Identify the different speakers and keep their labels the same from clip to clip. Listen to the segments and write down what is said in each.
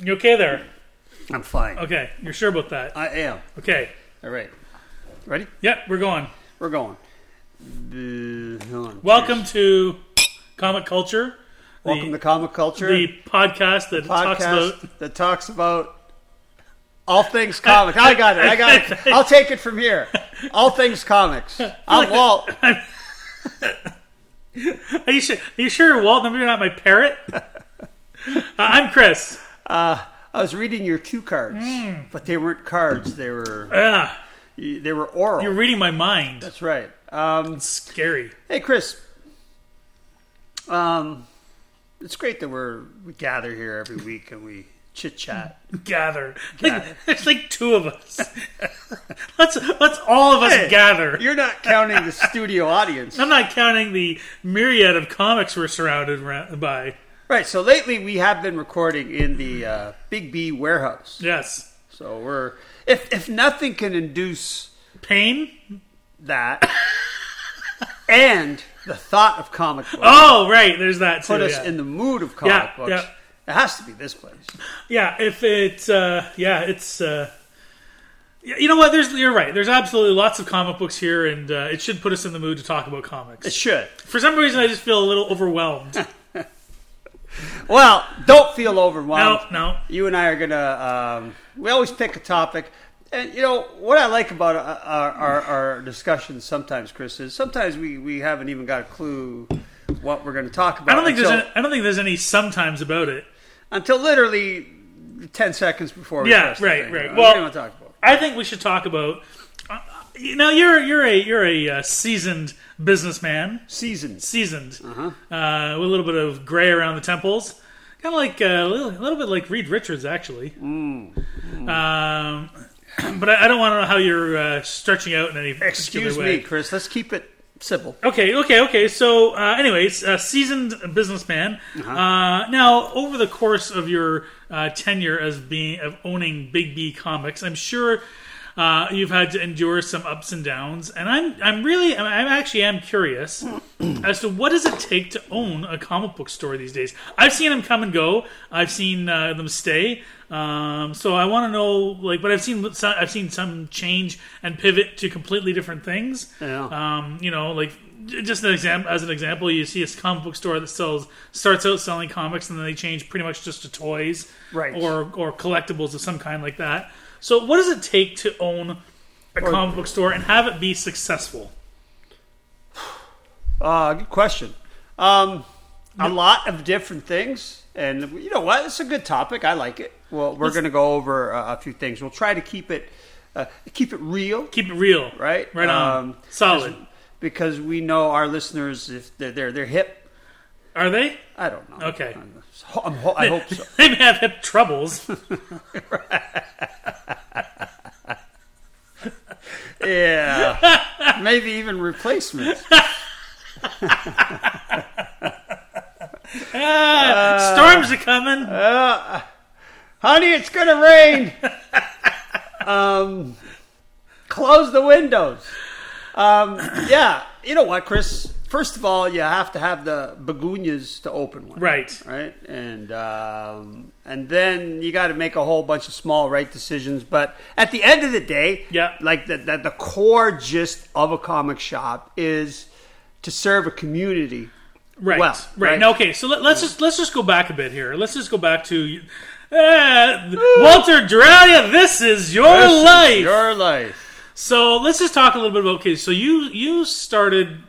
Speaker 1: You okay there?
Speaker 2: I'm fine.
Speaker 1: Okay, you're sure about that?
Speaker 2: I am.
Speaker 1: Okay.
Speaker 2: All right. Ready?
Speaker 1: Yep, we're going.
Speaker 2: We're going. Uh, hold on.
Speaker 1: Welcome to Comic Culture,
Speaker 2: Welcome
Speaker 1: the-
Speaker 2: to Comic Culture,
Speaker 1: the podcast that talks
Speaker 2: podcast
Speaker 1: about.
Speaker 2: that talks about all things comics. I got it. I got it. I'll take it from here. All things comics. I'm Walt.
Speaker 1: Are you sure? Are you sure, Walt? That you're not my parrot. uh, I'm Chris.
Speaker 2: I was reading your cue cards,
Speaker 1: Hmm.
Speaker 2: but they weren't cards. They were
Speaker 1: Ah,
Speaker 2: they were oral.
Speaker 1: you're reading my mind.
Speaker 2: That's right. Um,
Speaker 1: It's scary.
Speaker 2: hey, Chris. Um, it's great that we're we gather here every week and we chit chat.
Speaker 1: Gather. Like, there's like two of us. let's let's all of us
Speaker 2: Hey,
Speaker 1: gather.
Speaker 2: You're not counting the studio audience.
Speaker 1: I'm not counting the myriad of comics we're surrounded ra- by.
Speaker 2: Right, so lately we have been recording in the uh, Big B warehouse.
Speaker 1: Yes.
Speaker 2: So we're if if nothing can induce
Speaker 1: Pain.
Speaker 2: that and the thought of comic books
Speaker 1: Oh, right. There's that too.
Speaker 2: put us
Speaker 1: yeah.
Speaker 2: in the mood of comic
Speaker 1: Yeah,
Speaker 2: books.
Speaker 1: yeah.
Speaker 2: It has to be this place.
Speaker 1: Yeah, if it's uh, yeah, it's uh, y- you know what? There's you're right. There's absolutely lots of comic books here, and uh, it should put us in the mood to talk about
Speaker 2: It
Speaker 1: comics.
Speaker 2: should.
Speaker 1: For some reason, I just feel a little overwhelmed.
Speaker 2: Well, don't feel overwhelmed.
Speaker 1: no, no,
Speaker 2: You and I are gonna. Um, we always pick a topic, and you know what I like about uh, our, our, our discussions sometimes, Chris, is sometimes we, we haven't even got a clue what we're going to talk about.
Speaker 1: I don't think there's
Speaker 2: until,
Speaker 1: any, I don't think there's any sometimes about it.
Speaker 2: until literally ten seconds before. We
Speaker 1: Yeah,
Speaker 2: press the
Speaker 1: right,
Speaker 2: thing.
Speaker 1: right.
Speaker 2: What
Speaker 1: Well-
Speaker 2: do you want to talk about?
Speaker 1: I think we should talk about. Uh, you know, you're you're a you're a uh, seasoned businessman,
Speaker 2: Seasons.
Speaker 1: seasoned
Speaker 2: Uh-huh.
Speaker 1: uh, with a little bit of gray around the temples, kind of like uh, a little, little bit like Reed Richards actually.
Speaker 2: Mm.
Speaker 1: Um, but I, I don't want to know how you're uh, stretching out in any
Speaker 2: Excuse
Speaker 1: particular way.
Speaker 2: me, Chris. Let's keep it simple.
Speaker 1: Okay, okay, okay. So, uh, anyways, uh, seasoned businessman.
Speaker 2: Uh-huh.
Speaker 1: uh now, over the course of your uh, tenure as being of owning Big B Comics, I'm sure uh, you've had to endure some ups and downs. And I'm, I'm really, I'm, I'm actually, am curious
Speaker 2: Hmm.
Speaker 1: as to what does it take to own a comic book store these days. I've seen them come and go. I've seen uh, them stay. Um, so I want to know, like, but I've seen, some, I've seen some change and pivot to completely different things.
Speaker 2: Yeah.
Speaker 1: Um, you know, like j- just an example as an example, you see a comic book store that sells starts out selling comics and then they change pretty much just to toys,
Speaker 2: Right.
Speaker 1: Or or collectibles of some kind like that. So, what does it take to own a comic book store and have it be successful?
Speaker 2: Uh, good question. Um, a lot of different things, and you know what? It's a good topic. I like it. Well, we're going to go over a, a few things. We'll try to keep it uh, keep it real,
Speaker 1: Keep it real,
Speaker 2: right?
Speaker 1: Right on,
Speaker 2: Um,
Speaker 1: solid.
Speaker 2: because we know our listeners if they're they're, they're hip.
Speaker 1: Are they?
Speaker 2: I don't know.
Speaker 1: Okay.
Speaker 2: I'm, I'm ho- I hope so.
Speaker 1: They may have hip troubles.
Speaker 2: Yeah. Maybe even replacements.
Speaker 1: Storms are
Speaker 2: Uh,
Speaker 1: coming.
Speaker 2: Honey, it's going to rain. um, close the windows. Um, yeah, you know what, Chris? First of all, you have to have the begonias to open one,
Speaker 1: right.
Speaker 2: Right, and um, and then you got to make a whole bunch of small right decisions. But at the end of the day,
Speaker 1: Yeah.
Speaker 2: like the, the the core gist of a comic shop is to serve a community.
Speaker 1: right,
Speaker 2: well,
Speaker 1: right.
Speaker 2: right?
Speaker 1: Now, okay, so let, us just let's just go back a bit here. Let's just go back to uh, Walter Duralia. This is your life.
Speaker 2: your life.
Speaker 1: so let's just talk a little bit about. Okay, so you you started.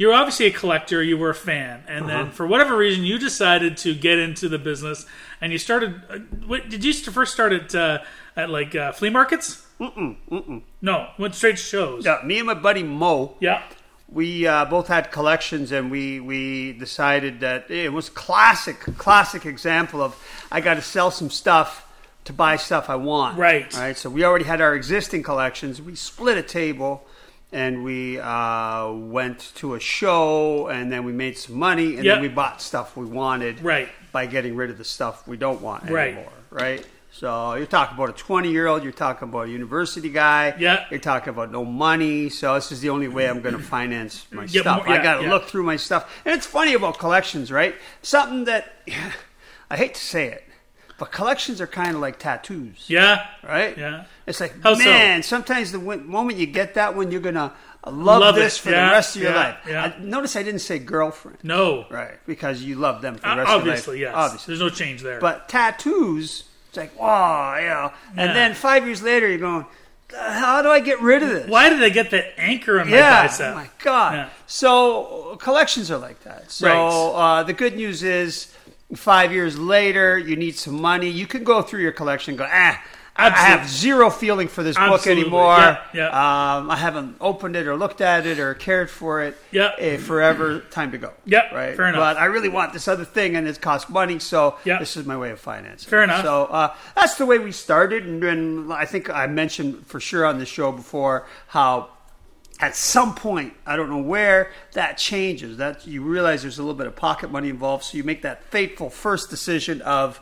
Speaker 1: You were obviously a collector. You were a fan, and
Speaker 2: Uh-huh.
Speaker 1: then for whatever reason, you decided to get into the business, and you started. Uh, what, did you st- first start at uh, at like uh, flea markets? Mm-mm, mm-mm. No, went straight to shows.
Speaker 2: Yeah, me and my buddy Mo.
Speaker 1: yeah.
Speaker 2: we uh, both had collections and we, we decided that eh, it was classic classic example of i got to sell some stuff to buy stuff i want
Speaker 1: Right.
Speaker 2: right so we already had our existing collections we split a table and we uh, went to a show and then we made some money and
Speaker 1: Yep.
Speaker 2: then we bought stuff we wanted
Speaker 1: Right.
Speaker 2: by getting rid of the stuff we don't want
Speaker 1: Right.
Speaker 2: anymore right so you're talking about a 20 year old you're talking about a university guy
Speaker 1: Yeah.
Speaker 2: you're talking about no money, so this is the only way I'm going to finance my
Speaker 1: Get
Speaker 2: stuff.
Speaker 1: more- yeah,
Speaker 2: I got to
Speaker 1: yeah.
Speaker 2: look through my stuff. And it's funny about collections, right? Something that I hate to say it, But collections are kind of like tattoos,
Speaker 1: Yeah.
Speaker 2: right?
Speaker 1: Yeah.
Speaker 2: It's like,
Speaker 1: How so?
Speaker 2: man, sometimes the w- moment you get that one, you're going to love,
Speaker 1: Love
Speaker 2: this
Speaker 1: it.
Speaker 2: for
Speaker 1: Yeah,
Speaker 2: the rest of your
Speaker 1: yeah,
Speaker 2: life.
Speaker 1: yeah.
Speaker 2: I, notice I didn't say girlfriend.
Speaker 1: No.
Speaker 2: Right. Because you love them for the
Speaker 1: Uh,
Speaker 2: rest
Speaker 1: obviously,
Speaker 2: of your
Speaker 1: yes.
Speaker 2: life. Obviously.
Speaker 1: There's no change there.
Speaker 2: But tattoos, it's like, wow, yeah. And
Speaker 1: Yeah.
Speaker 2: then five years later, you're going, how do I get rid of this?
Speaker 1: why did I get that anchor on my
Speaker 2: yeah,
Speaker 1: bicep?
Speaker 2: oh my God.
Speaker 1: Yeah.
Speaker 2: So collections are like that. So
Speaker 1: Right.
Speaker 2: uh, the good news is, five years later, you need some money. You can go through your collection. And go ah. I
Speaker 1: Absolutely.
Speaker 2: have zero feeling for this
Speaker 1: Absolutely.
Speaker 2: book anymore.
Speaker 1: Yeah, yeah.
Speaker 2: Um, I haven't opened it or looked at it or cared for it.
Speaker 1: Yeah.
Speaker 2: Eh, forever. Time to go.
Speaker 1: Yep,
Speaker 2: Right.
Speaker 1: fair enough.
Speaker 2: But I really want this other thing, and it costs money. So
Speaker 1: Yeah.
Speaker 2: this is my way of financing.
Speaker 1: Fair enough.
Speaker 2: So uh, that's the way we started, and, and I think I mentioned for sure on the show before how at some point, I don't know where, that changes. That you realize there's a little bit of pocket money involved, so you make that fateful first decision of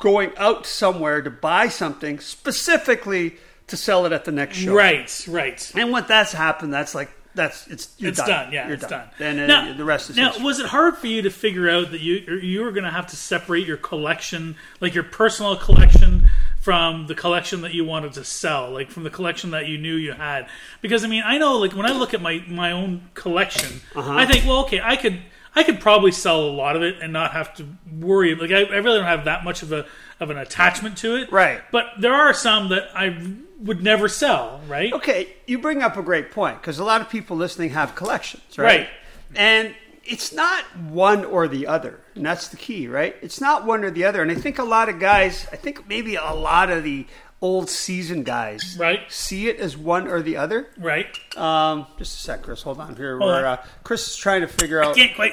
Speaker 2: going out somewhere to buy something specifically to sell it at the next show.
Speaker 1: Right, right.
Speaker 2: And when that's happened, that's like that's it's you're
Speaker 1: It's done. Yeah,
Speaker 2: you're
Speaker 1: it's done.
Speaker 2: Then uh,
Speaker 1: Now-
Speaker 2: the rest is
Speaker 1: now.
Speaker 2: history.
Speaker 1: Was it hard for you to figure out that you you were going to have to separate your collection, like your personal collection, from the collection that you wanted to sell, like from the collection that you knew you had? Because I mean, I know, like when I look at my my own collection,
Speaker 2: Uh-huh.
Speaker 1: I think, well, okay, I could. I could probably sell a lot of it and not have to worry. Like I, I really don't have that much of a of an attachment to it,
Speaker 2: Right.
Speaker 1: But there are some that I would never sell, right?
Speaker 2: Okay, you bring up a great point because a lot of people listening have collections, right?
Speaker 1: Right.
Speaker 2: And it's not one or the other, and that's the key, right? It's not one or the other, and I think a lot of guys, I think maybe a lot of the old season guys,
Speaker 1: Right.
Speaker 2: see it as one or the other.
Speaker 1: Right?
Speaker 2: Um, just a sec, Chris. Hold on here.
Speaker 1: Hold
Speaker 2: We're,
Speaker 1: on.
Speaker 2: uh, Chris is trying to figure out.
Speaker 1: Can't quite.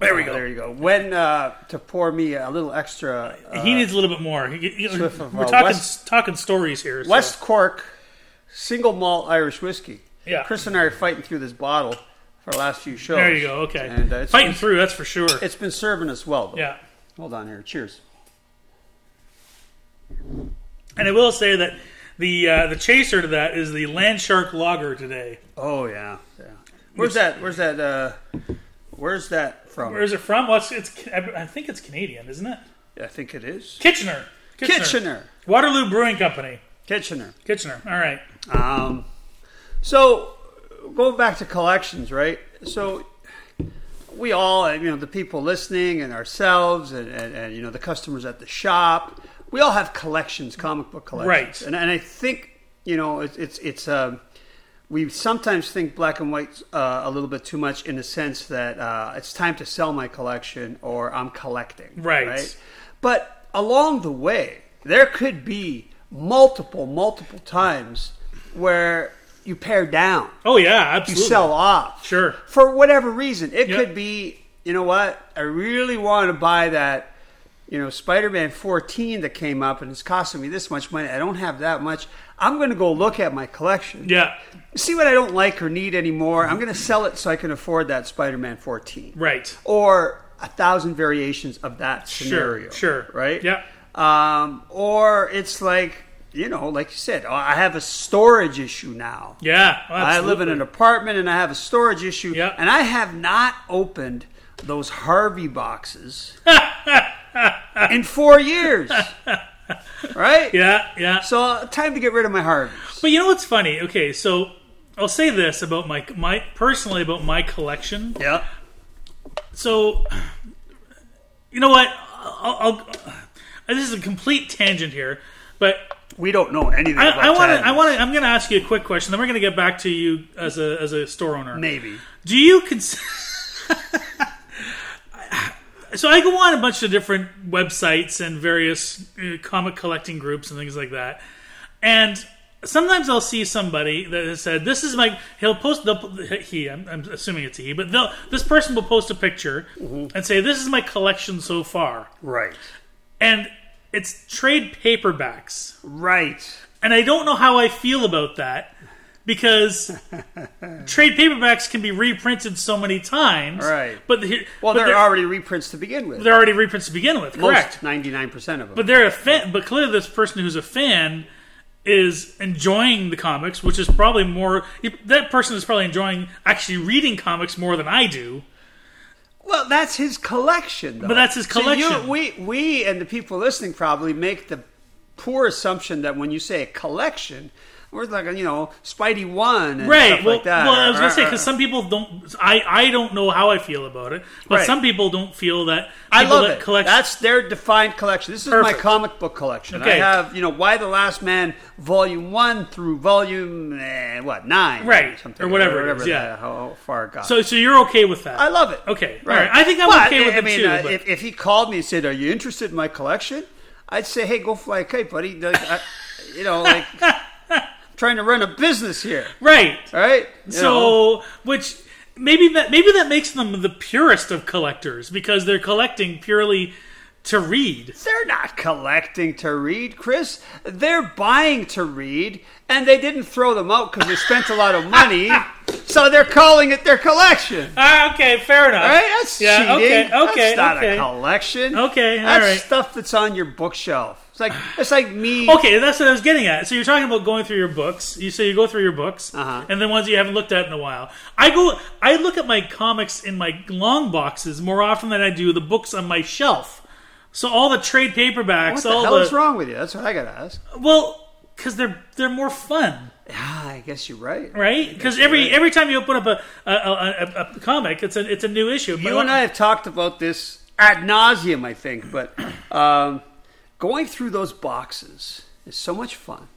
Speaker 1: There we go.
Speaker 2: Oh, There you go. When uh, to pour me a little extra uh,
Speaker 1: he needs a little bit more. He- he- we're
Speaker 2: Swift of, uh,
Speaker 1: talking
Speaker 2: West-
Speaker 1: talking stories here. so-
Speaker 2: West Cork single malt Irish whiskey.
Speaker 1: Yeah.
Speaker 2: Chris and I are fighting through this bottle for our last few shows.
Speaker 1: There you go. Okay,
Speaker 2: And, uh, it's
Speaker 1: fighting through. That's for sure.
Speaker 2: It's been serving us well. Though.
Speaker 1: Yeah,
Speaker 2: Hold on here. Cheers.
Speaker 1: and I will say that the uh, the chaser to that is the Landshark Lager today.
Speaker 2: Oh yeah. Yeah. Where's that? Where's that? Uh, where's that from?
Speaker 1: Where is it from? Well, it's, it's I think it's Canadian, isn't it?
Speaker 2: I think it is
Speaker 1: Kitchener. Kitchener.
Speaker 2: Kitchener.
Speaker 1: Waterloo Brewing Company.
Speaker 2: Kitchener.
Speaker 1: Kitchener. All right.
Speaker 2: Um, so going back to collections, right? So we all, you know, the people listening and ourselves and, and, and you know, the customers at the shop, we all have collections, comic book collections.
Speaker 1: Right.
Speaker 2: And, and I think, you know, it's, it's, it's, um, we sometimes think black and white uh, a little bit too much in the sense that uh, it's time to sell my collection or I'm collecting.
Speaker 1: Right.
Speaker 2: But along the way, there could be multiple, multiple times where you pare down,
Speaker 1: Oh yeah,
Speaker 2: you
Speaker 1: absolutely.
Speaker 2: sell off.
Speaker 1: Sure.
Speaker 2: For whatever reason. It
Speaker 1: Yep.
Speaker 2: could be, you know what, I really want to buy that, you know, Spider Man 14 that came up and it's costing me this much money. I don't have that much. I'm going to go look at my collection.
Speaker 1: Yeah.
Speaker 2: See what I don't like or need anymore. I'm going to sell it so I can afford that Spider Man 14
Speaker 1: Right.
Speaker 2: or a thousand variations of that scenario.
Speaker 1: Sure. Sure.
Speaker 2: Right?
Speaker 1: Yeah.
Speaker 2: Um, or it's like, you know, like you said, oh, I have a storage issue now.
Speaker 1: Yeah.
Speaker 2: I live in an apartment and I have a storage issue.
Speaker 1: Yeah.
Speaker 2: And I have not opened those Harvey boxes in four years. right?
Speaker 1: Yeah. Yeah.
Speaker 2: So, time to get rid of my Harveys.
Speaker 1: But you know what's funny? Okay, so I'll say this about my my personally about my collection.
Speaker 2: Yeah.
Speaker 1: So you know what? I'll, I'll, this is a complete tangent here, but
Speaker 2: We don't know anything about
Speaker 1: I want to. I
Speaker 2: time.
Speaker 1: want to. I'm going to ask you a quick question. Then we're going to get back to you as a as a store owner.
Speaker 2: Maybe.
Speaker 1: Do you consider? so I go on a bunch of different websites and various uh, comic collecting groups and things like that, and sometimes I'll see somebody that has said, "This is my." He'll post. They'll, he. I'm, I'm assuming it's a he, but they'll, this person will post a picture and say, "This is my collection so far,"
Speaker 2: Right.
Speaker 1: and it's trade paperbacks.
Speaker 2: Right.
Speaker 1: And I don't know how I feel about that because trade paperbacks can be reprinted so many times.
Speaker 2: Right.
Speaker 1: But the,
Speaker 2: Well,
Speaker 1: but
Speaker 2: there are already reprints to begin with.
Speaker 1: they're already reprints to begin with. Correct.
Speaker 2: Ninety-nine percent of them.
Speaker 1: But they're a fan, but clearly this person who's a fan is enjoying the comics, which is probably more that person is probably enjoying actually reading comics more than I do.
Speaker 2: Well, that's his collection, though.
Speaker 1: But that's his
Speaker 2: So you-
Speaker 1: collection.
Speaker 2: we, we and the people listening probably make the poor assumption that when you say a collection, we're like, you know, Spidey 1 and
Speaker 1: Right.
Speaker 2: stuff
Speaker 1: well,
Speaker 2: like that. uh,
Speaker 1: well, I was gonna
Speaker 2: Or-
Speaker 1: say
Speaker 2: or-
Speaker 1: because some people don't. I I don't know how I feel about it, but
Speaker 2: Right.
Speaker 1: some people don't feel that.
Speaker 2: I
Speaker 1: people
Speaker 2: love
Speaker 1: that
Speaker 2: it.
Speaker 1: Collect,
Speaker 2: That's their defined collection. This is
Speaker 1: Perfect.
Speaker 2: my comic book collection.
Speaker 1: Okay.
Speaker 2: I have, you know, Why the Last Man, Volume One through Volume eh, what nine,
Speaker 1: Right.
Speaker 2: or, something,
Speaker 1: Or whatever it
Speaker 2: whatever
Speaker 1: is, yeah.
Speaker 2: that- how far it got.
Speaker 1: so so you're okay with that.
Speaker 2: I love it.
Speaker 1: Okay. All right. I think I'm
Speaker 2: But,
Speaker 1: okay with
Speaker 2: I
Speaker 1: it
Speaker 2: mean,
Speaker 1: too,
Speaker 2: uh,
Speaker 1: but-
Speaker 2: if, if he called me and said, "Are you interested in my collection?" I'd say, "Hey, go fly a kite, buddy." Like, I, you know, like trying to run a business here,
Speaker 1: right.
Speaker 2: all right? You know.
Speaker 1: So which maybe that maybe that makes them the purest of collectors because they're collecting purely to read.
Speaker 2: They're not collecting to read, Chris. They're buying to read, and they didn't throw them out because they spent a lot of money. So they're calling it their collection.
Speaker 1: Ah, okay, fair enough.
Speaker 2: All right, that's
Speaker 1: Yeah, okay,
Speaker 2: cheating.
Speaker 1: okay,
Speaker 2: that's not
Speaker 1: okay.
Speaker 2: a collection.
Speaker 1: Okay, all
Speaker 2: that's
Speaker 1: right.
Speaker 2: stuff that's on your bookshelf. It's like it's like me.
Speaker 1: Okay, that's what I was getting at. So you're talking about going through your books. You so you go through your books,
Speaker 2: Uh-huh.
Speaker 1: and then ones that you haven't looked at in a while. I go, I look at my comics in my long boxes more often than I do the books on my shelf. So all the trade paperbacks,
Speaker 2: What
Speaker 1: all
Speaker 2: the hell
Speaker 1: the
Speaker 2: is wrong with you? That's what I gotta ask.
Speaker 1: well, because they're they're more fun,
Speaker 2: Ah, I guess you're right.
Speaker 1: right? Because every
Speaker 2: right.
Speaker 1: every time you open up a a, a, a, a comic, it's a it's a new issue.
Speaker 2: You and I have talked about this ad nauseum, I think, but um, going through those boxes is so much fun,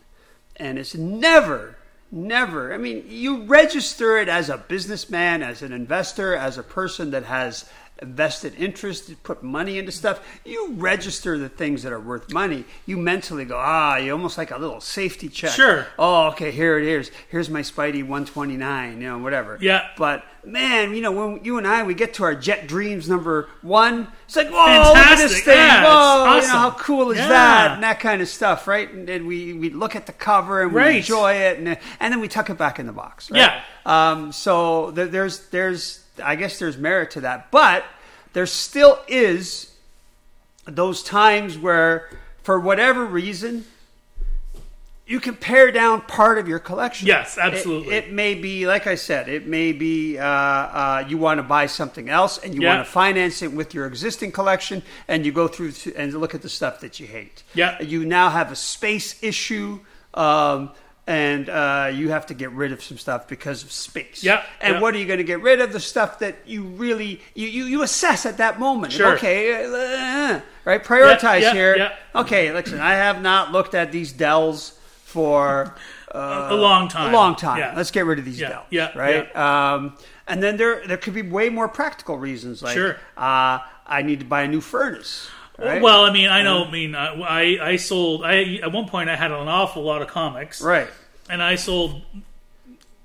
Speaker 2: and it's never, never. I mean, you register it as a businessman, as an investor, as a person that has vested interest, you put money into stuff. You register the things that are worth money. You mentally go, ah, you almost like a little safety check.
Speaker 1: Sure.
Speaker 2: Oh, okay, here it is. Here's my Spidey 129, you know, whatever.
Speaker 1: Yeah.
Speaker 2: But man, you know, when you and I we get to our Jet Dreams number one, it's like, whoa, look at this
Speaker 1: Fantastic.
Speaker 2: thing,
Speaker 1: Yeah, it's
Speaker 2: whoa, you
Speaker 1: awesome.
Speaker 2: know, how cool is
Speaker 1: Yeah.
Speaker 2: that, and that kind of stuff, right? And, then we we look at the cover and we
Speaker 1: Right.
Speaker 2: enjoy it, and and then we tuck it back in the box. Right?
Speaker 1: Yeah.
Speaker 2: Um, so there, there's there's I guess there's merit to that, but there still is those times where, for whatever reason, you can pare down part of your collection.
Speaker 1: Yes, absolutely.
Speaker 2: It, it may be, like I said, it may be uh, uh, you want to buy something else and you
Speaker 1: Yeah.
Speaker 2: want to finance it with your existing collection, and you go through th- and look at the stuff that you hate.
Speaker 1: Yeah.
Speaker 2: You now have a space issue. Um, and uh, you have to get rid of some stuff because of space.
Speaker 1: Yeah,
Speaker 2: And
Speaker 1: yeah.
Speaker 2: what are you going to get rid of? The stuff that you really you you, you assess at that moment.
Speaker 1: Sure.
Speaker 2: Okay. uh, right. Prioritize
Speaker 1: yeah,
Speaker 2: here.
Speaker 1: yeah.
Speaker 2: Okay, listen, I have not looked at these Dells for uh,
Speaker 1: A long time.
Speaker 2: A long time.
Speaker 1: Yeah.
Speaker 2: Let's get rid of these
Speaker 1: Yeah,
Speaker 2: Dells.
Speaker 1: yeah,
Speaker 2: Right. Um, and then there there could be way more practical reasons, like
Speaker 1: Sure.
Speaker 2: uh, I need to buy a new furnace. Right? Uh-huh.
Speaker 1: Well, I mean, I know. I mean, I I I sold. I at one point I had an awful lot of comics,
Speaker 2: right.
Speaker 1: and I sold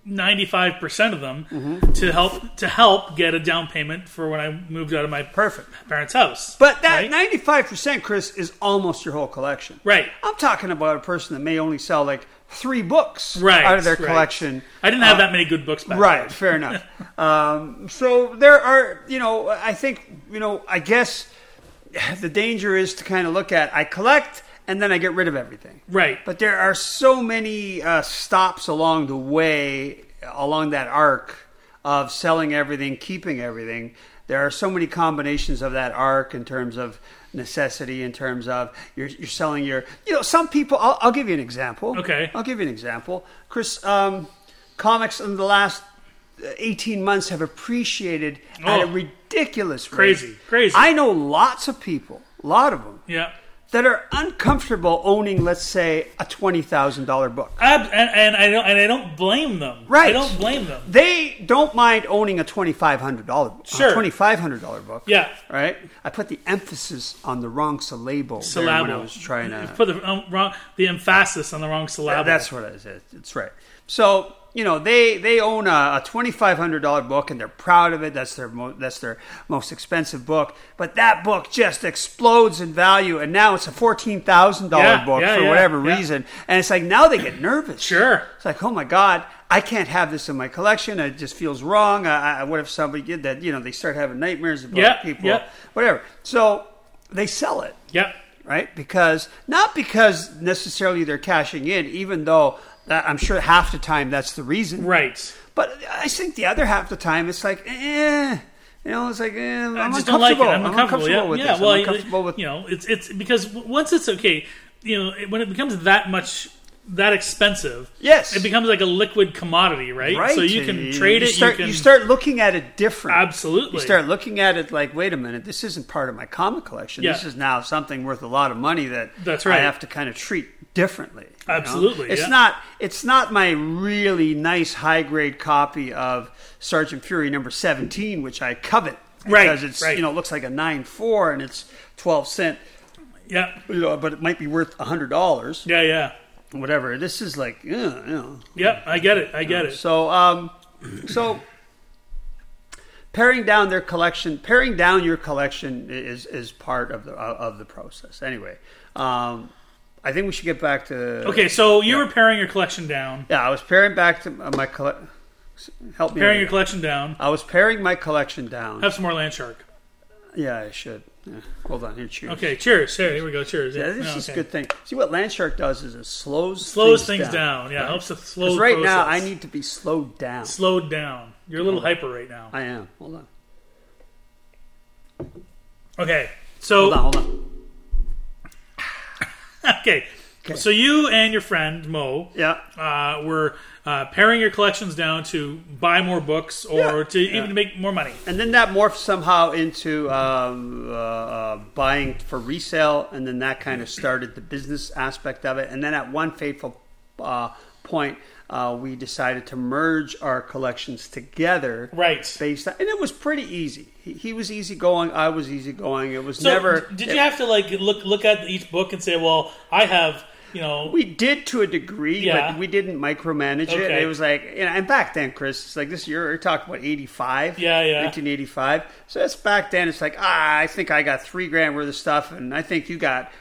Speaker 1: ninety five percent of them
Speaker 2: Mm-hmm.
Speaker 1: to help to help get a down payment for when I moved out of my
Speaker 2: Perfect.
Speaker 1: parents' house.
Speaker 2: But that
Speaker 1: right,
Speaker 2: ninety five percent, Chris, is almost your whole collection.
Speaker 1: right,
Speaker 2: I'm talking about a person that may only sell like three books
Speaker 1: Right,
Speaker 2: out of their
Speaker 1: right.
Speaker 2: collection. Uh,
Speaker 1: I didn't have that many good books back
Speaker 2: Right, fair enough. um, so there are, you know, I think, you know, I guess the danger is to kind of look at I collect and then I get rid of everything.
Speaker 1: then. right.
Speaker 2: But there are so many uh, stops along the way, along that arc of selling everything, keeping everything. There are so many combinations of that arc in terms of necessity, in terms of you're, you're selling your. You know, some people. I'll, I'll give you an example.
Speaker 1: Okay.
Speaker 2: I'll give you an example. Chris, um, comics in the last 18 months have appreciated at a
Speaker 1: Oh.
Speaker 2: ridiculous rate.
Speaker 1: Crazy, crazy.
Speaker 2: I know lots of people, a lot of them,
Speaker 1: yeah.
Speaker 2: that are uncomfortable owning, let's say, a twenty thousand dollar book.
Speaker 1: Ab- and, and I don't and I don't blame them.
Speaker 2: Right.
Speaker 1: I don't blame them.
Speaker 2: They don't mind owning a twenty five hundred dollar
Speaker 1: Sure.
Speaker 2: twenty five hundred dollar book.
Speaker 1: Yeah.
Speaker 2: Right. I put the emphasis on the wrong syllable. there when I
Speaker 1: Syllable.
Speaker 2: was trying to.
Speaker 1: Put the um, wrong the emphasis on the wrong syllable.
Speaker 2: That's what I said. It's right. So you know they they own a, a twenty five hundred dollar book and they're proud of it. That's their mo- that's their most expensive book. But that book just explodes in value, and now it's a fourteen thousand thousand dollar
Speaker 1: Yeah,
Speaker 2: book
Speaker 1: yeah,
Speaker 2: for
Speaker 1: yeah,
Speaker 2: whatever
Speaker 1: yeah.
Speaker 2: reason, and it's like now they get nervous.
Speaker 1: Sure.
Speaker 2: It's like oh my god. I can't have this in my collection. It just feels wrong. I, I, what if somebody did that? You know, they start having nightmares about
Speaker 1: Yeah,
Speaker 2: people,
Speaker 1: yeah.
Speaker 2: whatever. So they sell it
Speaker 1: Yeah.
Speaker 2: right? Because not because necessarily they're cashing in, even though that, I'm sure half the time that's the reason.
Speaker 1: Right.
Speaker 2: But I think the other half the time it's like, eh, You know, it's like eh, I'm
Speaker 1: I just don't like it.
Speaker 2: uncomfortable.
Speaker 1: I'm uncomfortable. Yeah,
Speaker 2: with
Speaker 1: yeah.
Speaker 2: this.
Speaker 1: Well,
Speaker 2: I'm uncomfortable with
Speaker 1: you know, it's it's because w- once it's okay, you know, it- when it becomes that much that expensive,
Speaker 2: Yes.
Speaker 1: it becomes like a liquid commodity, right?
Speaker 2: right.
Speaker 1: So you can trade it.
Speaker 2: Start,
Speaker 1: you can
Speaker 2: start looking at it different.
Speaker 1: absolutely.
Speaker 2: You start looking at it like, wait a minute, this isn't part of my comic collection. This
Speaker 1: Yeah.
Speaker 2: is now something worth a lot of money that
Speaker 1: That's right.
Speaker 2: I have to kind of treat differently. you know?
Speaker 1: Absolutely,
Speaker 2: It's
Speaker 1: yeah.
Speaker 2: not it's not my really nice high grade copy of Sergeant Fury number seventeen, which I covet.
Speaker 1: Right,
Speaker 2: Because it's
Speaker 1: right.
Speaker 2: you know, it looks like a nine four and it's twelve cent
Speaker 1: yeah,
Speaker 2: you know, but it might be worth hundred dollars.
Speaker 1: yeah, yeah,
Speaker 2: Whatever. This is like ugh, you know.
Speaker 1: yeah. I get it. I get it.
Speaker 2: So, um, so paring down their collection, paring down your collection is is part of the uh, of the process. Anyway, um, I think we should get back to
Speaker 1: Okay, so you were paring your collection down,
Speaker 2: Yeah, I was paring back to uh, my collect. Help me.
Speaker 1: paring your
Speaker 2: out here.
Speaker 1: collection down.
Speaker 2: I was paring my collection down.
Speaker 1: Have some more land shark.
Speaker 2: Yeah, I should. Yeah. Hold on here. Cheers.
Speaker 1: Okay, cheers. Here, here we go. Cheers.
Speaker 2: Yeah, this
Speaker 1: No,
Speaker 2: is a
Speaker 1: okay.
Speaker 2: good thing. See what Landshark does is it slows
Speaker 1: Slows things, down. Yeah, helps to slow.
Speaker 2: 'Cause
Speaker 1: the
Speaker 2: right now I
Speaker 1: process.
Speaker 2: need to be slowed down.
Speaker 1: slowed down. You're a little hyper right now.
Speaker 2: I am. Hold on.
Speaker 1: Okay, so
Speaker 2: Hold on. Hold on.
Speaker 1: okay. So you and your friend Mo
Speaker 2: Yeah.
Speaker 1: uh, were uh, paring your collections down to buy more books or
Speaker 2: Yeah.
Speaker 1: to even make more money.
Speaker 2: And then that morphs somehow into um, uh, uh, buying for resale, and then that kind of started the business aspect of it. And then at one fateful uh, point, uh, we decided to merge our collections together.
Speaker 1: Right.
Speaker 2: Based on, and it was pretty easy. He, he was easygoing, I was easygoing. It was
Speaker 1: So
Speaker 2: never.
Speaker 1: d- did you have to like look look at each book and say, well, I have you know
Speaker 2: We did to a degree,
Speaker 1: Yeah.
Speaker 2: but we didn't micromanage it.
Speaker 1: Okay.
Speaker 2: It was like, you know, and back then, Chris, it's like this year, we're talking about 85.
Speaker 1: Yeah, yeah.
Speaker 2: 1985. So that's back then. It's like, ah, I think I got three grand worth of stuff, and I think you got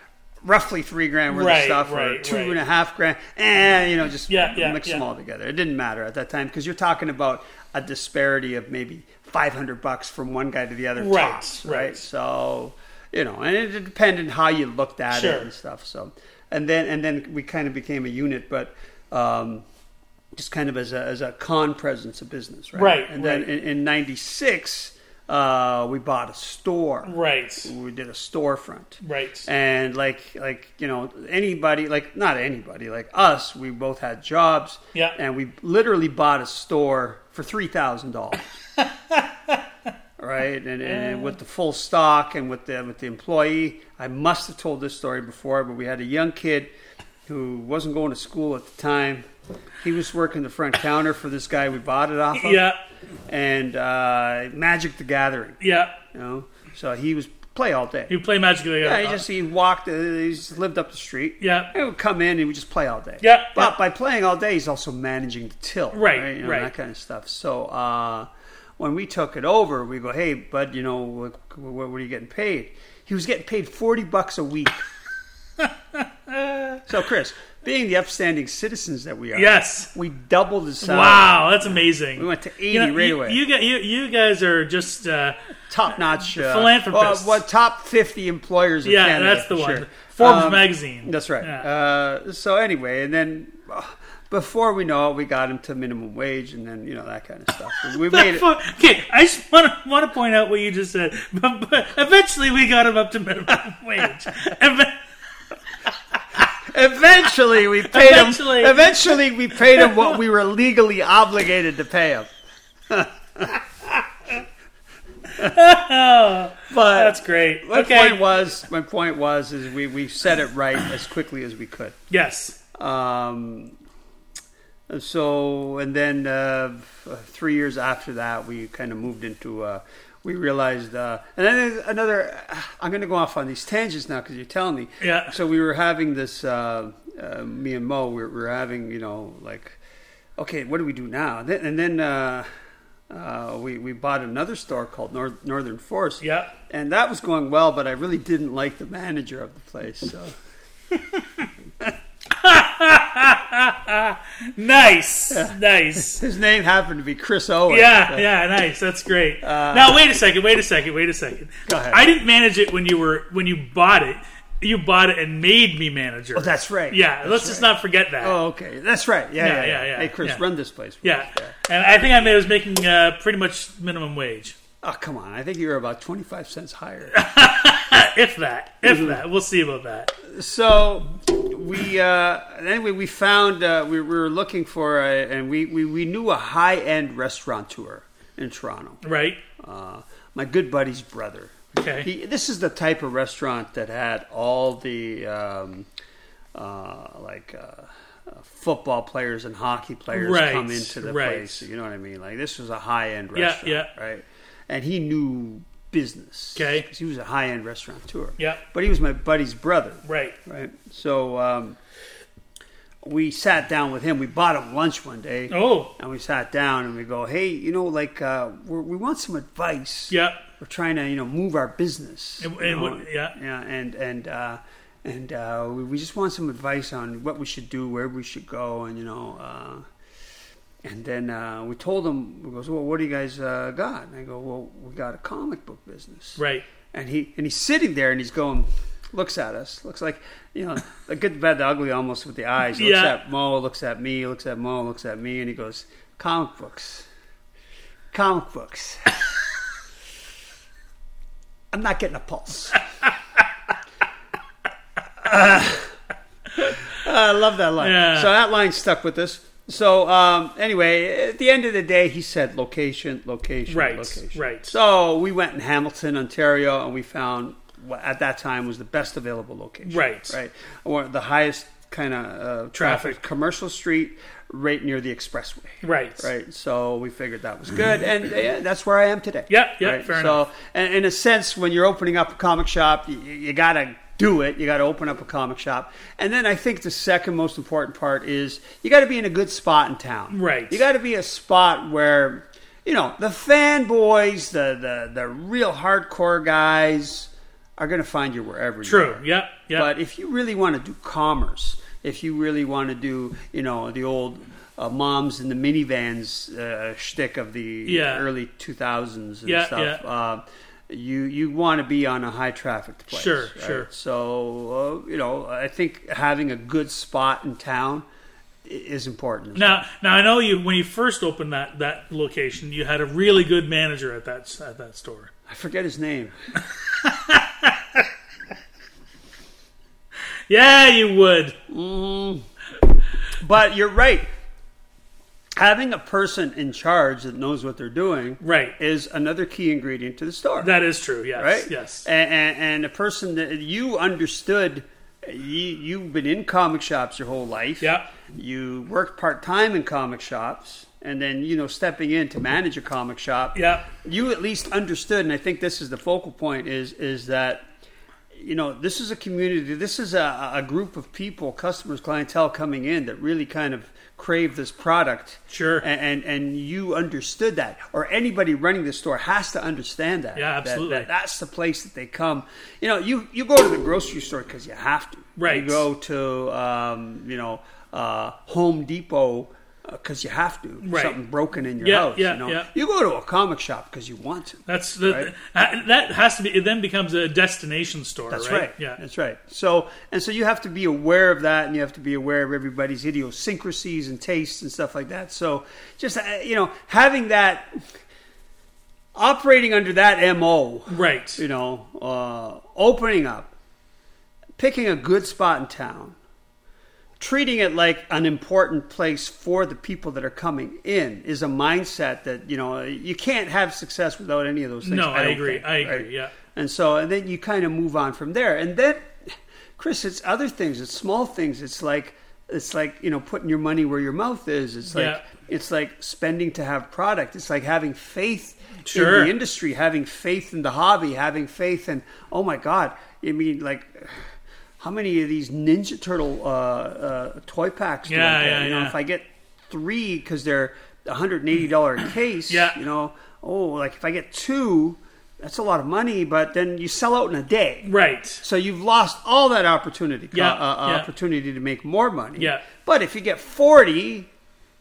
Speaker 2: roughly three grand worth
Speaker 1: Right,
Speaker 2: of stuff, or
Speaker 1: right,
Speaker 2: two
Speaker 1: right.
Speaker 2: and a half grand. And, you know, just
Speaker 1: Yeah, yeah,
Speaker 2: mix them
Speaker 1: yeah.
Speaker 2: all together. It didn't matter at that time because you're talking about a disparity of maybe 500 bucks from one guy to the other.
Speaker 1: Right,
Speaker 2: tops, right.
Speaker 1: right.
Speaker 2: So, you know, and it depended how you looked at
Speaker 1: Sure.
Speaker 2: it and stuff. So, and then and then we kind of became a unit, but um, just kind of as a as a con presence of business, right?
Speaker 1: Right,
Speaker 2: And then
Speaker 1: right.
Speaker 2: in, in '96, uh, we bought a store.
Speaker 1: right,
Speaker 2: We did a storefront.
Speaker 1: right,
Speaker 2: And like like you know anybody like not anybody like us we both had jobs
Speaker 1: Yeah.
Speaker 2: and we literally bought a store for three thousand dollars right and, and, and with the full stock and with the with the employee I must have told this story before but we had a young kid who wasn't going to school at the time he was working the front counter for this guy we bought it off of
Speaker 1: yeah,
Speaker 2: and uh, Magic the Gathering
Speaker 1: yeah.
Speaker 2: you know so he was play all day
Speaker 1: You play Magic the
Speaker 2: yeah,
Speaker 1: Gathering.
Speaker 2: he just he walked. Uh, he just lived up the street.
Speaker 1: Uh-huh. Yeah.
Speaker 2: and would come in and we just play all day.
Speaker 1: Yeah,
Speaker 2: but
Speaker 1: yeah.
Speaker 2: by playing all day, he's also managing the till,
Speaker 1: Right,
Speaker 2: right, You know,
Speaker 1: right.
Speaker 2: that kind of stuff. So uh, when we took it over, we go, hey, bud, you know, what, what, what are you getting paid? He was getting paid forty bucks a week. so Chris, being the upstanding citizens that we are,
Speaker 1: Yes.
Speaker 2: we doubled his salary.
Speaker 1: Wow, that's amazing.
Speaker 2: We went to 80
Speaker 1: you know,
Speaker 2: right
Speaker 1: you,
Speaker 2: away.
Speaker 1: You, gu- you, you guys are just uh,
Speaker 2: top notch uh,
Speaker 1: Philanthropists.
Speaker 2: Well, well, top fifty employers. Of
Speaker 1: Yeah,
Speaker 2: Canada,
Speaker 1: that's the
Speaker 2: for
Speaker 1: one.
Speaker 2: sure. Um,
Speaker 1: Forbes magazine.
Speaker 2: That's right.
Speaker 1: Yeah.
Speaker 2: Uh, so anyway, and then uh, before we know it, we got him to minimum wage, and then you know that kind of stuff. We made it.
Speaker 1: Okay, I just want to want to point out what you just said. But, but eventually, we got him up to minimum wage. Eve-
Speaker 2: Eventually, we paid
Speaker 1: Eventually.
Speaker 2: him. Eventually, we paid him what we were legally obligated to pay him. but
Speaker 1: That's great.
Speaker 2: My
Speaker 1: okay.
Speaker 2: point was, my point was, is we we said it right as quickly as we could.
Speaker 1: Yes.
Speaker 2: Um, so, and then uh, f- three years after that, we kind of moved into. Uh, we realized, uh, and then there's another. I'm going to go off on these tangents now because you're telling me.
Speaker 1: Yeah.
Speaker 2: So we were having this. Uh, uh, me and Mo, we were, we were having, you know, like, okay, what do we do now? Then- And then uh, uh, we we bought another store called Nor- Northern Force.
Speaker 1: Yeah.
Speaker 2: And that was going well, but I really didn't like the manager of the place. So.
Speaker 1: Nice. Nice.
Speaker 2: His name happened to be Chris Owen.
Speaker 1: Yeah,
Speaker 2: so-
Speaker 1: yeah, nice. That's great. now wait a second, wait a second, wait a second.
Speaker 2: Uh, Go ahead.
Speaker 1: I didn't manage it when you were when you bought it. You bought it and made me manager.
Speaker 2: Oh, that's right.
Speaker 1: yeah,
Speaker 2: That's
Speaker 1: let's just
Speaker 2: right.
Speaker 1: not forget that.
Speaker 2: Oh, okay. That's right. Yeah, yeah, yeah.
Speaker 1: yeah, yeah.
Speaker 2: Hey, Chris,
Speaker 1: Yeah.
Speaker 2: run this place. for
Speaker 1: Yeah,
Speaker 2: us.
Speaker 1: and I think I made, was making uh, pretty much minimum wage.
Speaker 2: Oh, come on. I think you were about 25 cents higher.
Speaker 1: if that, if
Speaker 2: Mm-hmm.
Speaker 1: that, we'll see about that.
Speaker 2: so we uh, anyway we found uh, we, we were looking for a, and we, we, we knew a high end restaurateur in Toronto.
Speaker 1: Right?
Speaker 2: Uh, my good buddy's brother.
Speaker 1: Okay.
Speaker 2: He, this is the type of restaurant that had all the um, uh, like uh, uh, football players and hockey players
Speaker 1: Right,
Speaker 2: come into the
Speaker 1: right.
Speaker 2: place. You know what I mean? Like this was a high end
Speaker 1: Yeah,
Speaker 2: restaurant,
Speaker 1: yeah.
Speaker 2: right? And he knew business.
Speaker 1: 'Kay.
Speaker 2: 'cause he was a high end restaurateur.
Speaker 1: Yeah.
Speaker 2: But he was my buddy's brother.
Speaker 1: Right.
Speaker 2: Right. So um, we sat down with him. We bought him lunch one day.
Speaker 1: Oh,
Speaker 2: And we sat down and we go, hey, you know, like uh, we're, we want some advice.
Speaker 1: yeah.
Speaker 2: We're trying to, you know, move our business.
Speaker 1: And-
Speaker 2: you
Speaker 1: and
Speaker 2: know?
Speaker 1: what- yeah.
Speaker 2: Yeah. And and uh, and uh, we, we just want some advice on what we should do, where we should go, and you know. Uh, and then uh, we told him, we goes, well, what do you guys uh, got? And I go, well, we got a comic book business
Speaker 1: Right.
Speaker 2: and he and he's sitting there and he's going looks at us looks like you know the good the bad the ugly almost with the eyes he
Speaker 1: Yeah.
Speaker 2: looks at mo looks at me looks at mo looks at me and he goes comic books comic books i'm not getting a pulse Uh, i love that line
Speaker 1: Yeah.
Speaker 2: so that line stuck with us so um, anyway at the end of the day he said location location
Speaker 1: Right,
Speaker 2: location
Speaker 1: right.
Speaker 2: so we went in Hamilton, Ontario, and we found what at that time was the best available location.
Speaker 1: Right.
Speaker 2: Right. Or the highest kind of uh,
Speaker 1: Traffic.
Speaker 2: traffic commercial street right near the expressway.
Speaker 1: Right.
Speaker 2: Right. So we figured that was good, and uh, that's where I am today.
Speaker 1: Yeah, yeah,
Speaker 2: Right?
Speaker 1: fair
Speaker 2: so, and in a sense, when you're opening up a comic shop, you, you got to do it. You got to open up a comic shop, and then I think the second most important part is you got to be in a good spot in town.
Speaker 1: Right.
Speaker 2: You got to be a spot where you know the fanboys, the the the real hardcore guys are going to find you wherever. you
Speaker 1: True. Yeah. Yeah.
Speaker 2: but if you really want to do commerce, if you really want to do, you know, the old uh, moms in the minivans uh, shtick of the
Speaker 1: Yeah.
Speaker 2: early 2000s and
Speaker 1: Yeah,
Speaker 2: stuff,
Speaker 1: yeah.
Speaker 2: Uh, you you want to be on a high traffic place.
Speaker 1: Sure,
Speaker 2: right?
Speaker 1: sure.
Speaker 2: So, uh, you know, I think having a good spot in town i- is important.
Speaker 1: now, now I know you. When you first opened that that location, you had a really good manager at that at that store.
Speaker 2: I forget his name.
Speaker 1: Yeah, you would.
Speaker 2: But you're right. Having a person in charge that knows what they're doing
Speaker 1: Right.
Speaker 2: is another key ingredient to the store.
Speaker 1: That is true. Yes.
Speaker 2: right?
Speaker 1: Yes.
Speaker 2: A- And, and a person that you understood, you, you've been in comic shops your whole life.
Speaker 1: Yeah.
Speaker 2: You worked part time in comic shops, and then you know stepping in to manage a comic shop.
Speaker 1: Yeah.
Speaker 2: You at least understood, and I think this is the focal point: is is that you know this is a community, this is a, a group of people, customers, clientele coming in that really kind of crave this product.
Speaker 1: Sure.
Speaker 2: A- and and you understood that, or anybody running the store has to understand that.
Speaker 1: Yeah,
Speaker 2: That-
Speaker 1: absolutely.
Speaker 2: that- that's the place that they come. You know, you you go to the grocery store because you have to.
Speaker 1: Right.
Speaker 2: You go to um, you know uh, Home Depot because you have to.
Speaker 1: Right.
Speaker 2: Something broken in your
Speaker 1: Yeah,
Speaker 2: house.
Speaker 1: yeah,
Speaker 2: you know,
Speaker 1: yeah.
Speaker 2: you go to a comic shop because you want to.
Speaker 1: That's the, that that has to be. It then becomes a destination store.
Speaker 2: That's
Speaker 1: right.
Speaker 2: right.
Speaker 1: Yeah.
Speaker 2: That's right. So and so you have to be aware of that, and you have to be aware of everybody's idiosyncrasies and tastes and stuff like that. So just uh, you know, having that, operating under that mo,
Speaker 1: right.
Speaker 2: you know, uh, opening up, picking a good spot in town, treating it like an important place for the people that are coming in is a mindset that you know you can't have success without any of those things.
Speaker 1: No, I
Speaker 2: don't
Speaker 1: agree.
Speaker 2: think,
Speaker 1: I agree,
Speaker 2: right?
Speaker 1: yeah.
Speaker 2: And so, and then you kind of move on from there, and then, Chris, it's other things. It's small things. It's like it's like you know putting your money where your mouth is. It's like
Speaker 1: Yeah.
Speaker 2: it's like spending to have product. It's like having faith
Speaker 1: Sure.
Speaker 2: in the industry, having faith in the hobby, having faith in oh my god, I mean like. How many of these Ninja Turtle uh, uh, toy packs? do
Speaker 1: Yeah,
Speaker 2: I get?
Speaker 1: yeah,
Speaker 2: you know,
Speaker 1: yeah.
Speaker 2: if I get three because they're hundred and eighty dollar a case,
Speaker 1: Yeah.
Speaker 2: you know, oh, like if I get two, that's a lot of money, but then you sell out in a day.
Speaker 1: Right.
Speaker 2: So you've lost all that opportunity,
Speaker 1: Yeah,
Speaker 2: uh, uh,
Speaker 1: yeah.
Speaker 2: opportunity to make more money.
Speaker 1: Yeah.
Speaker 2: But if you get forty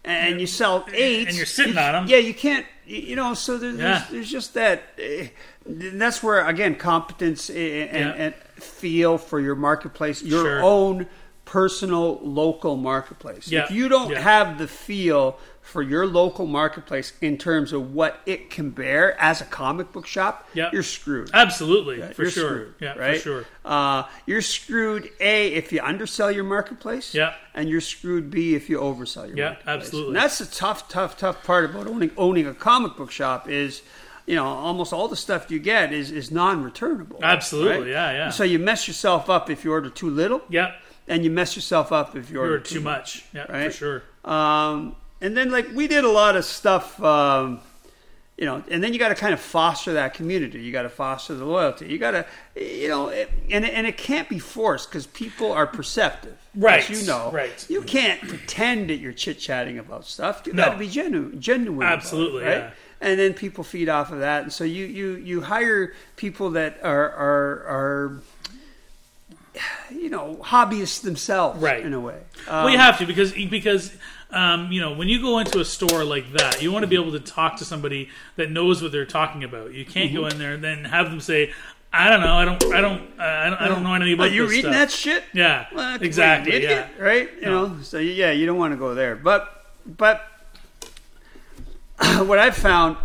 Speaker 2: and you sell eight,
Speaker 1: and you're sitting
Speaker 2: you-
Speaker 1: on 'em.
Speaker 2: Yeah, you can't. You you know, so there's,
Speaker 1: Yeah.
Speaker 2: there's, there's just that. eh, and that's where again competence eh, and,
Speaker 1: Yeah.
Speaker 2: and feel for your marketplace, your
Speaker 1: Sure.
Speaker 2: own personal local marketplace.
Speaker 1: Yeah,
Speaker 2: If you don't
Speaker 1: yeah.
Speaker 2: have the feel for your local marketplace in terms of what it can bear as a comic book shop,
Speaker 1: Yeah.
Speaker 2: you're screwed.
Speaker 1: Absolutely, for
Speaker 2: Uh, you're
Speaker 1: sure.
Speaker 2: Screwed,
Speaker 1: yeah,
Speaker 2: right?
Speaker 1: for sure.
Speaker 2: Uh, you're screwed A if you undersell your marketplace.
Speaker 1: Yeah.
Speaker 2: And you're screwed B if you oversell your
Speaker 1: Yeah,
Speaker 2: marketplace.
Speaker 1: absolutely.
Speaker 2: And that's the tough, tough, tough part about owning owning a comic book shop is you know, almost all the stuff you get is, is non returnable.
Speaker 1: Absolutely, yeah, yeah.
Speaker 2: So you mess yourself up if you order too little
Speaker 1: Yeah,
Speaker 2: and you mess yourself up if you order
Speaker 1: or
Speaker 2: too
Speaker 1: too much. Yeah, for
Speaker 2: right?
Speaker 1: sure.
Speaker 2: um, and then like we did a lot of stuff, um, you know. And then you got to kind of foster that community. You got to foster the loyalty. You got to, you know, it, and and it can't be forced because people are perceptive,
Speaker 1: Right,
Speaker 2: As you know,
Speaker 1: right.
Speaker 2: You can't pretend that you're chit chatting about stuff. You
Speaker 1: No.
Speaker 2: got to be genuine, genuine. about it,
Speaker 1: Absolutely,
Speaker 2: right?
Speaker 1: yeah.
Speaker 2: And then people feed off of that, and so you you you hire people that are are are. You know, hobbyists themselves,
Speaker 1: Right.
Speaker 2: In a way,
Speaker 1: well,
Speaker 2: Um,
Speaker 1: you have to because because um, you know when you go into a store like that, you want to be able to talk to somebody that knows what they're talking about. You can't go
Speaker 2: Mm-hmm.
Speaker 1: in there and then have them say, "I don't know, I don't, I don't, uh, I don't, I don't know anything
Speaker 2: Are
Speaker 1: about
Speaker 2: you
Speaker 1: this
Speaker 2: reading
Speaker 1: stuff."
Speaker 2: that shit?
Speaker 1: Yeah,
Speaker 2: Well, that's
Speaker 1: exactly.
Speaker 2: what an
Speaker 1: yeah.
Speaker 2: idiot, right? You know, so yeah, you don't want to go there. But but what I've found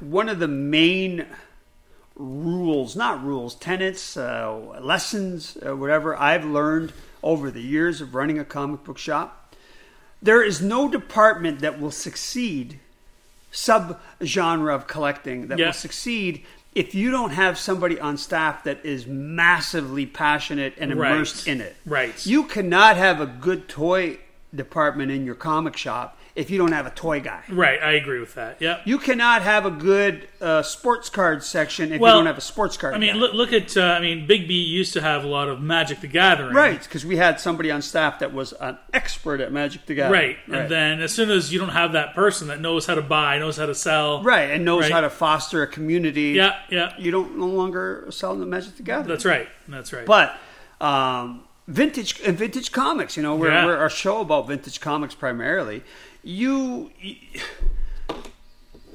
Speaker 2: one of the main rules, not rules, tenets, uh, lessons, uh, whatever I've learned over the years of running a comic book shop, there is no department that will succeed sub genre of collecting that
Speaker 1: Yeah.
Speaker 2: will succeed if you don't have somebody on staff that is massively passionate and
Speaker 1: Right.
Speaker 2: immersed in it.
Speaker 1: Right.
Speaker 2: You cannot have a good toy department in your comic shop if you don't have a toy guy.
Speaker 1: Right, I agree with that. Yeah.
Speaker 2: You cannot have a good uh, sports card section if
Speaker 1: Well,
Speaker 2: you don't have a sports card.
Speaker 1: I mean,
Speaker 2: guy.
Speaker 1: look, look at. Uh, I mean, Big B used to have a lot of Magic the Gathering.
Speaker 2: right? Because we had somebody on staff that was an expert at Magic the Gathering.
Speaker 1: Right. And then as soon as you don't have that person that knows how to buy, knows how to sell.
Speaker 2: right, and knows
Speaker 1: Right.
Speaker 2: how to foster a community.
Speaker 1: Yeah, yeah.
Speaker 2: you don't no longer sell the Magic the Gathering.
Speaker 1: That's right. That's right.
Speaker 2: But um, vintage and vintage comics, you know, we're,
Speaker 1: Yeah.
Speaker 2: we're our show about vintage comics primarily. You, y-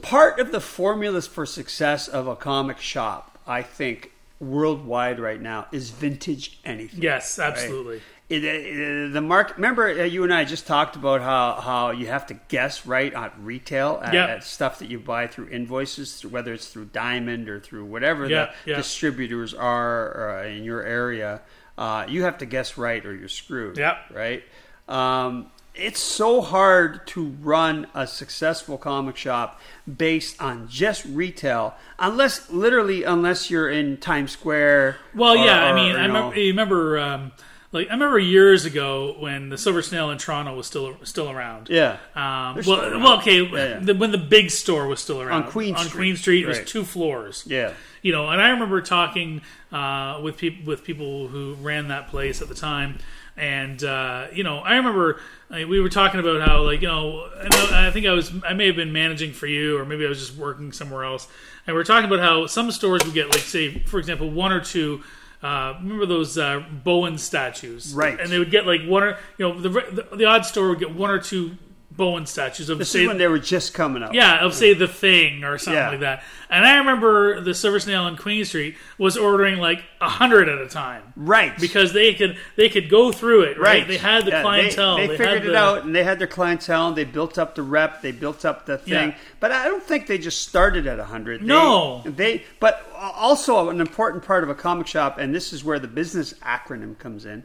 Speaker 2: part of the formulas for success of a comic shop, I think, worldwide right now is vintage anything.
Speaker 1: yes, absolutely.
Speaker 2: It, it- the mark. Remember, uh, you and I just talked about how, how you have to guess right on retail at,
Speaker 1: Yeah.
Speaker 2: at stuff that you buy through invoices, through, whether it's through Diamond or through whatever
Speaker 1: Yeah,
Speaker 2: the
Speaker 1: yeah.
Speaker 2: distributors are uh, in your area. Uh, you have to guess right, or you're screwed.
Speaker 1: Yeah.
Speaker 2: Right. Um, it's so hard to run a successful comic shop based on just retail, unless literally, unless you're in Times Square.
Speaker 1: Well,
Speaker 2: or-
Speaker 1: yeah. I
Speaker 2: or,
Speaker 1: mean,
Speaker 2: you
Speaker 1: I
Speaker 2: know,
Speaker 1: remember, you remember um, like I remember years ago when the Silver Snail in Toronto was still still around.
Speaker 2: Yeah.
Speaker 1: Um, well,
Speaker 2: They're still around.
Speaker 1: well, okay.
Speaker 2: yeah.
Speaker 1: The, when the big store was still around
Speaker 2: Queen
Speaker 1: on
Speaker 2: Street.
Speaker 1: Queen Street, it was
Speaker 2: Right.
Speaker 1: two floors.
Speaker 2: Yeah.
Speaker 1: you know, and I remember talking uh, with people with people who ran that place at the time, and uh, you know, I remember I, we were talking about how like you know, I, know, I think I was I may have been managing for you, or maybe I was just working somewhere else, and we are talking about how some stores would get like say for example one or two. Uh, remember those uh, Bowen statues,
Speaker 2: Right.
Speaker 1: And they would get like one or you know the, the the odd store would get one or two Bowen statues of
Speaker 2: This
Speaker 1: say
Speaker 2: is when they were just coming up.
Speaker 1: yeah, of say the thing or something
Speaker 2: Yeah.
Speaker 1: like that. And I remember the Silver Snail on Queen Street was ordering like a hundred at a time,
Speaker 2: Right.
Speaker 1: Because they could they could go through it, right? They had the
Speaker 2: Yeah, they-
Speaker 1: clientele.
Speaker 2: They,
Speaker 1: had
Speaker 2: figured it
Speaker 1: the-
Speaker 2: out and they had their clientele and they built up the rep, they built up the thing.
Speaker 1: Yeah.
Speaker 2: But I don't think they just started at 100. They-
Speaker 1: No.
Speaker 2: They but also an important part of a comic shop and this is where the business acronym comes in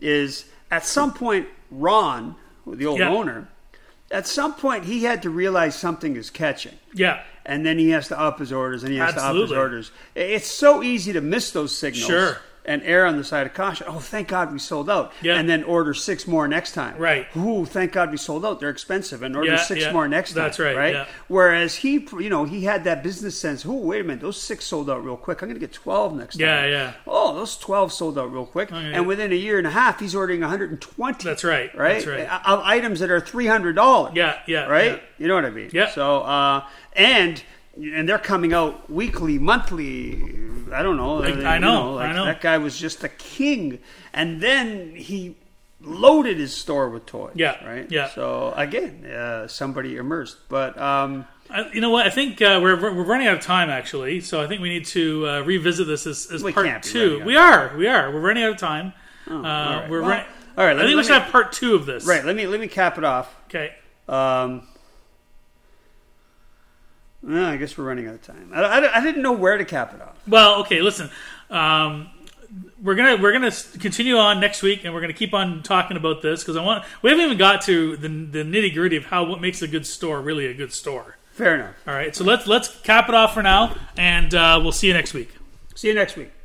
Speaker 2: is at some point Ron, the old
Speaker 1: Yeah.
Speaker 2: owner, at some point he had to realize something is catching
Speaker 1: Yeah,
Speaker 2: and then he has to up his orders and he has to up
Speaker 1: Absolutely.
Speaker 2: his orders. I- It's so easy to miss those signals.
Speaker 1: Sure.
Speaker 2: And err on the side of caution. Oh, thank God we sold out.
Speaker 1: Yeah.
Speaker 2: And then order six more next time.
Speaker 1: Right.
Speaker 2: Ooh, thank God we sold out. They're expensive. And order
Speaker 1: Yeah,
Speaker 2: six
Speaker 1: yeah.
Speaker 2: more next time.
Speaker 1: That's right,
Speaker 2: Right.
Speaker 1: yeah.
Speaker 2: Whereas he, pr- you know, he had that business sense. Oh, wait a minute. Those six sold out real quick. I'm going to get 12 next
Speaker 1: Yeah,
Speaker 2: time.
Speaker 1: yeah. Oh,
Speaker 2: Oh, those 12 sold out real quick.
Speaker 1: yeah,
Speaker 2: and
Speaker 1: yeah.
Speaker 2: within a year and a half, he's ordering 120.
Speaker 1: That's right,
Speaker 2: Right.
Speaker 1: that's right.
Speaker 2: Uh, Of items that are $300
Speaker 1: yeah, yeah.
Speaker 2: right?
Speaker 1: yeah.
Speaker 2: You know what I mean?
Speaker 1: Yeah.
Speaker 2: So uh, and and they're coming out weekly, monthly. I don't know.
Speaker 1: Like,
Speaker 2: uh,
Speaker 1: I
Speaker 2: you
Speaker 1: know, I know.
Speaker 2: That guy was just a king, and then he loaded his store with toys.
Speaker 1: Yeah,
Speaker 2: Right.
Speaker 1: yeah.
Speaker 2: So again, uh, somebody immersed, but um,
Speaker 1: I, you know what? I think uh, we're we're running out of time actually, so I think we need to uh, revisit this as, as
Speaker 2: We
Speaker 1: part
Speaker 2: can't be
Speaker 1: two.
Speaker 2: running out Oh,
Speaker 1: We are, we are. We're running out of time. uh,
Speaker 2: right.
Speaker 1: We're
Speaker 2: Well,
Speaker 1: running.
Speaker 2: all right,
Speaker 1: I
Speaker 2: let
Speaker 1: think
Speaker 2: me-
Speaker 1: we
Speaker 2: let
Speaker 1: should
Speaker 2: me-
Speaker 1: have part two of this.
Speaker 2: Right. Let me let me cap it off.
Speaker 1: Okay.
Speaker 2: Um, well, I guess we're running out of time. I, I, I didn't know where to cap it off.
Speaker 1: Well, okay. Listen, um, we're gonna we're gonna s- continue on next week, and we're gonna keep on talking about this because I want we haven't even got to the the nitty gritty of how what makes a good store really a good store.
Speaker 2: Fair enough.
Speaker 1: All right. So let's let's cap it off for now, and uh, we'll see you next week.
Speaker 2: See you next week.